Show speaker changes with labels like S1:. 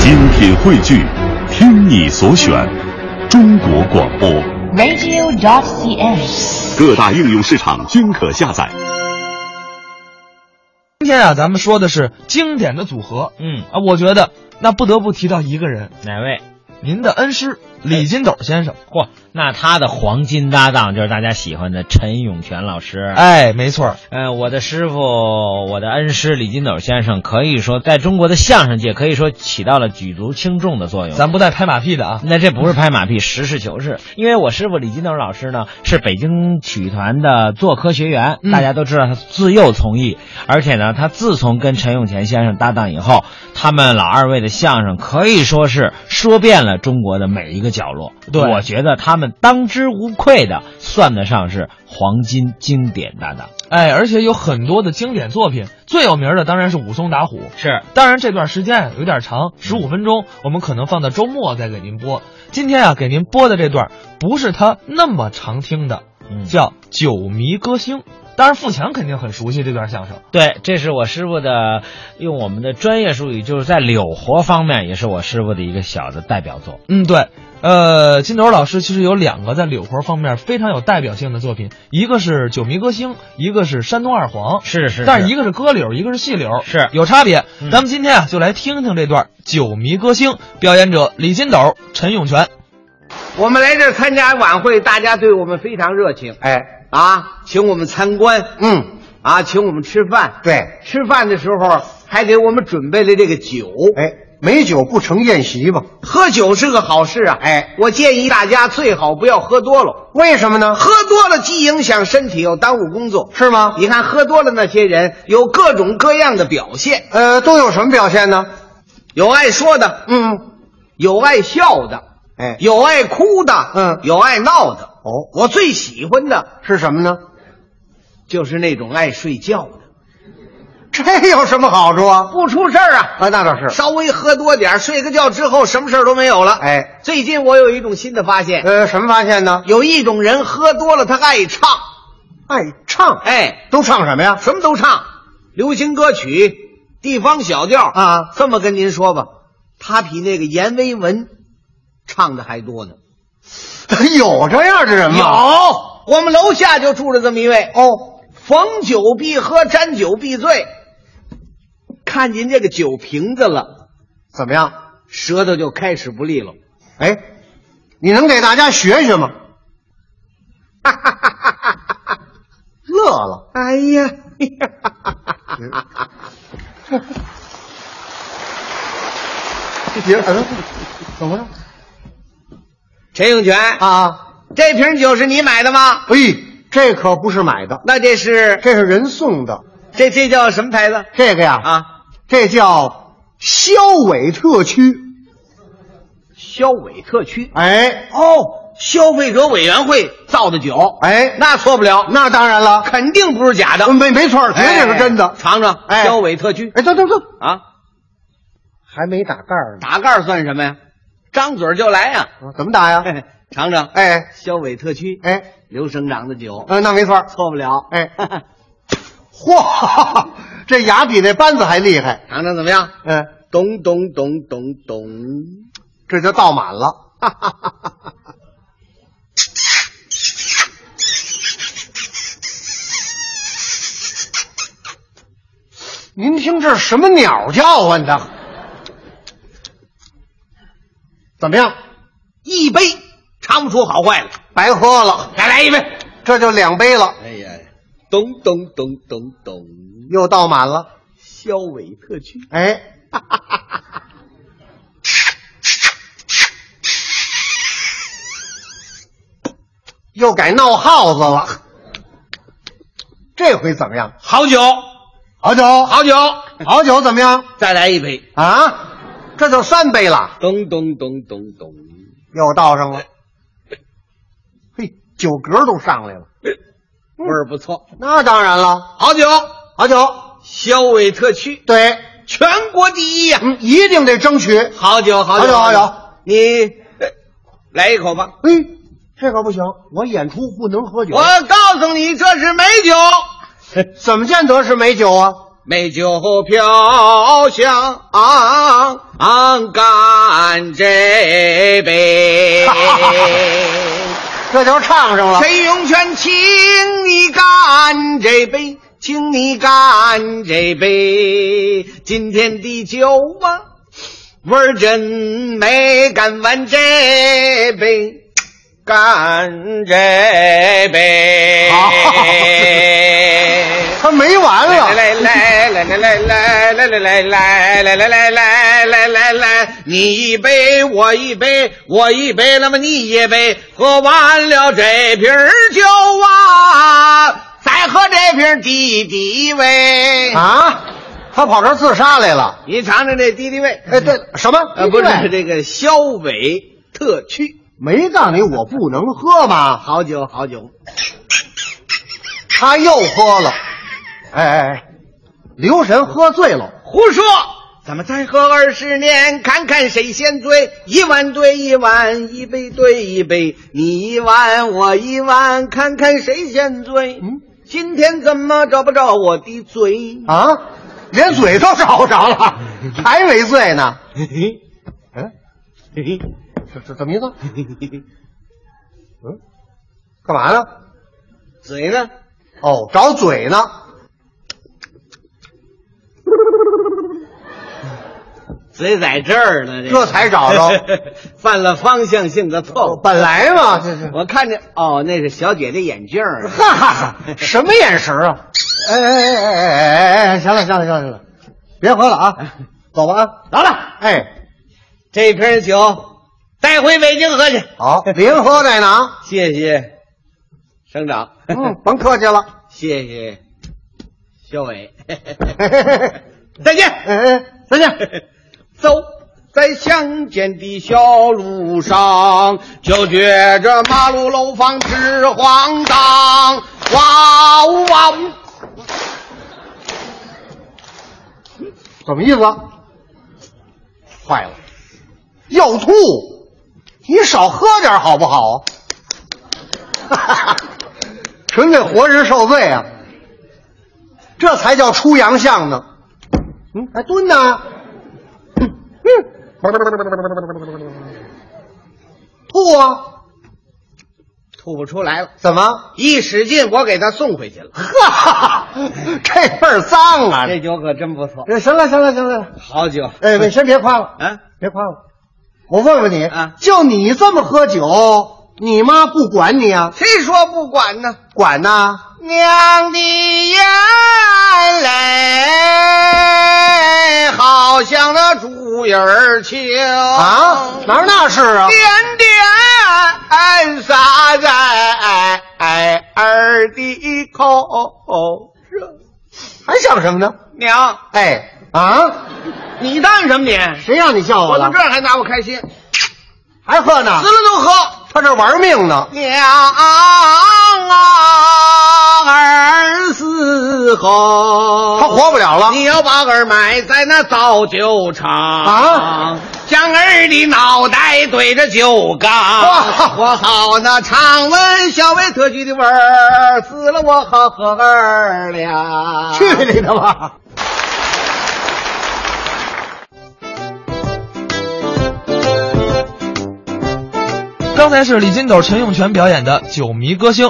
S1: 精品汇聚，听你所选，中国广播。
S2: radio.cn。
S1: 各大应用市场均可下载。
S3: 今天啊，咱们说的是经典的组合
S4: 嗯，
S3: 啊，我觉得那不得不提到一个人，
S4: 哪位？
S3: 您的恩师李金斗先生。
S4: 嚯，那他的黄金搭档就是大家喜欢的陈永泉老师。
S3: 哎，没错儿，
S4: 呃，我的师傅，我的恩师李金斗先生，可以说在中国的相声界可以说起到了举足轻重的作用。
S3: 咱不带拍马屁的啊。
S4: 那这不是拍马屁，实事求是。因为我师傅李金斗老师呢，是北京曲艺团的做科学员，
S3: 嗯
S4: 大家都知道他自幼从艺，而且呢，他自从跟陈永泉先生搭档以后，他们老二位的相声可以说是说遍了中国的每一个角落。
S3: 对
S4: 我觉得他们当之无愧的算得上是黄金经典搭档。
S3: 哎，而且有很多的经典作品，最有名的当然是武松打虎。
S4: 是，
S3: 当然这段时间啊有点
S4: 嗯
S3: 长，十五分钟，我们可能放到周末再给您播。今天啊，给您播的这段不是他那么常听的，
S4: 嗯
S3: 叫《酒迷歌星》。当然，富强肯定很熟悉这段相声。
S4: 对，这是我师傅的，用我们的专业术语，就是在柳活方面，也是我师傅的一个小的代表作。
S3: 嗯，对，呃，金斗老师其实有两个在柳活方面非常有代表性的作品，一个是《酒迷歌星》，一个是《山东二黄》。
S4: 是是
S3: 但是
S4: 是
S3: 一个是歌柳，一个是戏柳，
S4: 是
S3: 有差别。
S4: 嗯
S3: 咱们今天啊，就来听听这段《酒迷歌星》，表演者李金斗、陈永泉。
S5: 我们来这儿参加晚会，大家对我们非常热情。
S6: 哎，
S5: 啊，请我们参观，
S6: 嗯，
S5: 啊，请我们吃饭。
S6: 对，
S5: 吃饭的时候还给我们准备了这个酒。
S6: 哎，美酒不成宴席吧？
S5: 喝酒是个好事啊。
S6: 哎
S5: 我建议大家最好不要喝多了，
S6: 为什么呢？
S5: 喝多了既影响身体，又耽误工作。
S6: 是吗？
S5: 你看，喝多了那些人有各种各样的表现，
S6: 呃，都有什么表现呢？
S5: 有爱说的，
S6: 嗯，
S5: 有爱笑的，
S6: 哎，
S5: 有爱哭的，
S6: 嗯
S5: 有爱闹的。
S6: 哦，
S5: 我最喜欢的
S6: 是什么呢？
S5: 就是那种爱睡觉的。
S6: 这有什么好处啊？
S5: 不出事儿啊。
S6: 啊，那倒是。
S5: 稍微喝多点儿，睡个觉之后，什么事儿都没有了。
S6: 哎，
S5: 最近我有一种新的发现，
S6: 呃，什么发现呢？
S5: 有一种人喝多了，他爱唱，
S6: 爱唱，，
S5: 哎，
S6: 都唱什么呀？
S5: 什么都唱，流行歌曲、地方小调
S6: 啊
S5: 这么跟您说吧，他比那个阎维文唱的还多呢。
S6: 有这样的人吗？
S5: 有，我们楼下就住着这么一位，
S6: 哦，
S5: 逢酒必喝，沾酒必醉。看您这个酒瓶子了，
S6: 怎么样？
S5: 舌头就开始不利了。
S6: 哎，你能给大家学 学吗？乐了，
S5: 哎 呀，
S6: 别，嗯，怎么了？
S5: 陈永泉，
S6: 啊，
S5: 这瓶酒是你买的吗？
S6: 哎，这可不是买的，
S5: 那这是
S6: 这是人送的。
S5: 这这叫什么牌子
S6: 这个呀，
S5: 啊？
S6: 这叫肖伟特区。
S5: 消委特区
S6: 哎
S5: 哦，消费者委员会造的酒，
S6: 哎，
S5: 那错不了，
S6: 那当 然了，
S5: 肯定不是假的，
S6: 没没错儿，绝对是真的。
S5: 哎尝尝，
S6: 哎
S5: 消委特区
S6: 哎，等等等，
S5: 啊，
S6: 还没打盖儿呢，
S5: 打盖儿算什么呀？张嘴就来呀，
S6: 啊怎么 打呀？
S5: 嘿嘿尝尝，
S6: 哎
S5: 消委特区
S6: 哎，
S5: 刘省长的酒，
S6: 呃，那没错儿。
S5: 错不了，
S6: 哎
S5: 哈哈
S6: 嚯， 这牙比那扳子还厉害。
S5: 尝尝怎么样？
S6: 嗯，
S5: 咚咚咚咚咚，
S6: 这就倒满了。 您听这什么鸟叫啊唤的？怎么样？
S5: 一杯尝不出好坏了，
S6: 白喝了，
S5: 再来一杯。
S6: 这就两杯了，
S5: 哎呀，咚咚咚咚咚，
S6: 又倒满了。
S5: 肖伟特区。
S6: 哎， 又改闹耗子了。这回怎么样？
S5: 好酒，
S6: 好酒，
S5: 好酒，
S6: 好酒怎么样
S5: 再来一杯。
S6: 啊？这就三杯了，
S5: 咚咚咚咚咚，
S6: 又 倒上了。嘿，酒格都上来了。
S5: 味儿不错。
S6: 那当然了，
S5: 嗯好酒，
S6: 好酒，
S5: 肖伟特区
S6: 对，
S5: 全国第一呀、
S6: 嗯，一定得争取。
S5: 好酒，好酒，
S6: 好酒好
S5: 酒。你呃来一口吧。
S6: 嘿，这可不行，我演出不能喝酒。
S5: 我告诉你，这是美酒。
S6: 怎么见得是美酒啊？
S5: 美酒飘香，干这杯。
S6: 这就唱上了。
S5: 谁涌泉，请你干这杯，请你干这杯，今天的酒啊，味儿真美，干完这杯，干这 杯。
S6: 好他没完
S5: 来
S6: 了，
S5: 来来来来来来来来来来来来来来来来来，你一杯我一杯我一杯，那么你一杯，喝完了这瓶酒啊，再喝这瓶敌敌畏。
S6: 啊，他跑这儿自杀来了。
S5: 你尝尝这敌敌畏，
S6: 哎，对，什么？
S5: 呃，不是这个肖伟特区，
S6: 没告诉你我不能喝吗？
S5: 好酒好酒，
S6: 他又喝了。哎哎哎，刘神喝醉了，
S5: 胡说。咱们再喝二十年，看看谁先醉。一碗对一碗，一杯对一杯，你一碗我一碗，看看谁先醉。
S6: 嗯，
S5: 今天怎么找不着我的嘴？
S6: 啊，连嘴都找不着 了，还没醉呢。
S5: 嘿嘿
S6: 嗯，
S5: 嘿嘿
S6: 这这怎么意思？
S5: 嘿嘿嘿
S6: 嗯，干嘛呢？
S5: 嘴呢？
S6: 哦，找嘴呢。
S5: 嘴在这儿呢，
S6: 这才找着
S5: 犯了方向性的错误。
S6: 哦本来嘛，这是。
S5: 我看见哦，那是小姐姐眼镜儿。啊
S6: 哈哈，什么眼神啊？哎哎哎哎哎哎哎！行了行了行了行了，别喝了啊，走吧啊！
S5: 好哎了，
S6: 哎，
S5: 这瓶酒带回北京喝去。
S6: 好，您喝这呢啊？
S5: 谢谢省长，
S6: 嗯，甭客气了。
S5: 谢谢肖伟，
S6: 嘿嘿嘿嘿
S5: 再见，
S6: 哎哎，
S5: 再见，走。在乡间的小路上，就觉着马路楼房直晃荡，哇呜哇呜！
S6: 什么意思啊？坏了，要吐！你少喝点好不好？ 哈哈，纯给活人受罪啊！这才叫出洋相呢。嗯，还蹲呢。嗯吐啊？
S5: 吐不出来了，
S6: 怎么？
S5: 一使劲，我给他送回去了。
S6: 哈哈， 这份儿脏啊！
S5: 这酒可真不错，
S6: 这行了，行了，行了。
S5: 好酒。
S6: 哎，喂，先别夸了。
S5: 啊，
S6: 别夸我，我问问你
S5: 啊
S6: 就你这么喝酒，你妈不管你啊？
S5: 谁说不管呢？
S6: 管呐、
S5: 娘的眼泪，好像那竹叶儿青
S6: 啊？哪儿那是啊？
S5: 点点洒在儿的口上。
S6: 还想什么呢？
S5: 娘，
S6: 哎啊，
S5: 你干什么你？
S6: 谁让你笑我
S5: 我
S6: 了
S5: 到这？儿还拿我开心，
S6: 还喝呢
S5: 死？了都喝。
S6: 他这玩命呢。
S5: 娘啊儿死后，
S6: 他活不了了
S5: 哦你要把儿埋在那造酒厂
S6: 啊，
S5: 将儿的脑袋对着酒缸，
S6: 哇
S5: 我 好那尝闻小伟特区的味儿，死了我好喝儿了。
S6: 去你的吧！
S3: 刚才是李金斗、陈永泉表演的《酒迷歌星》，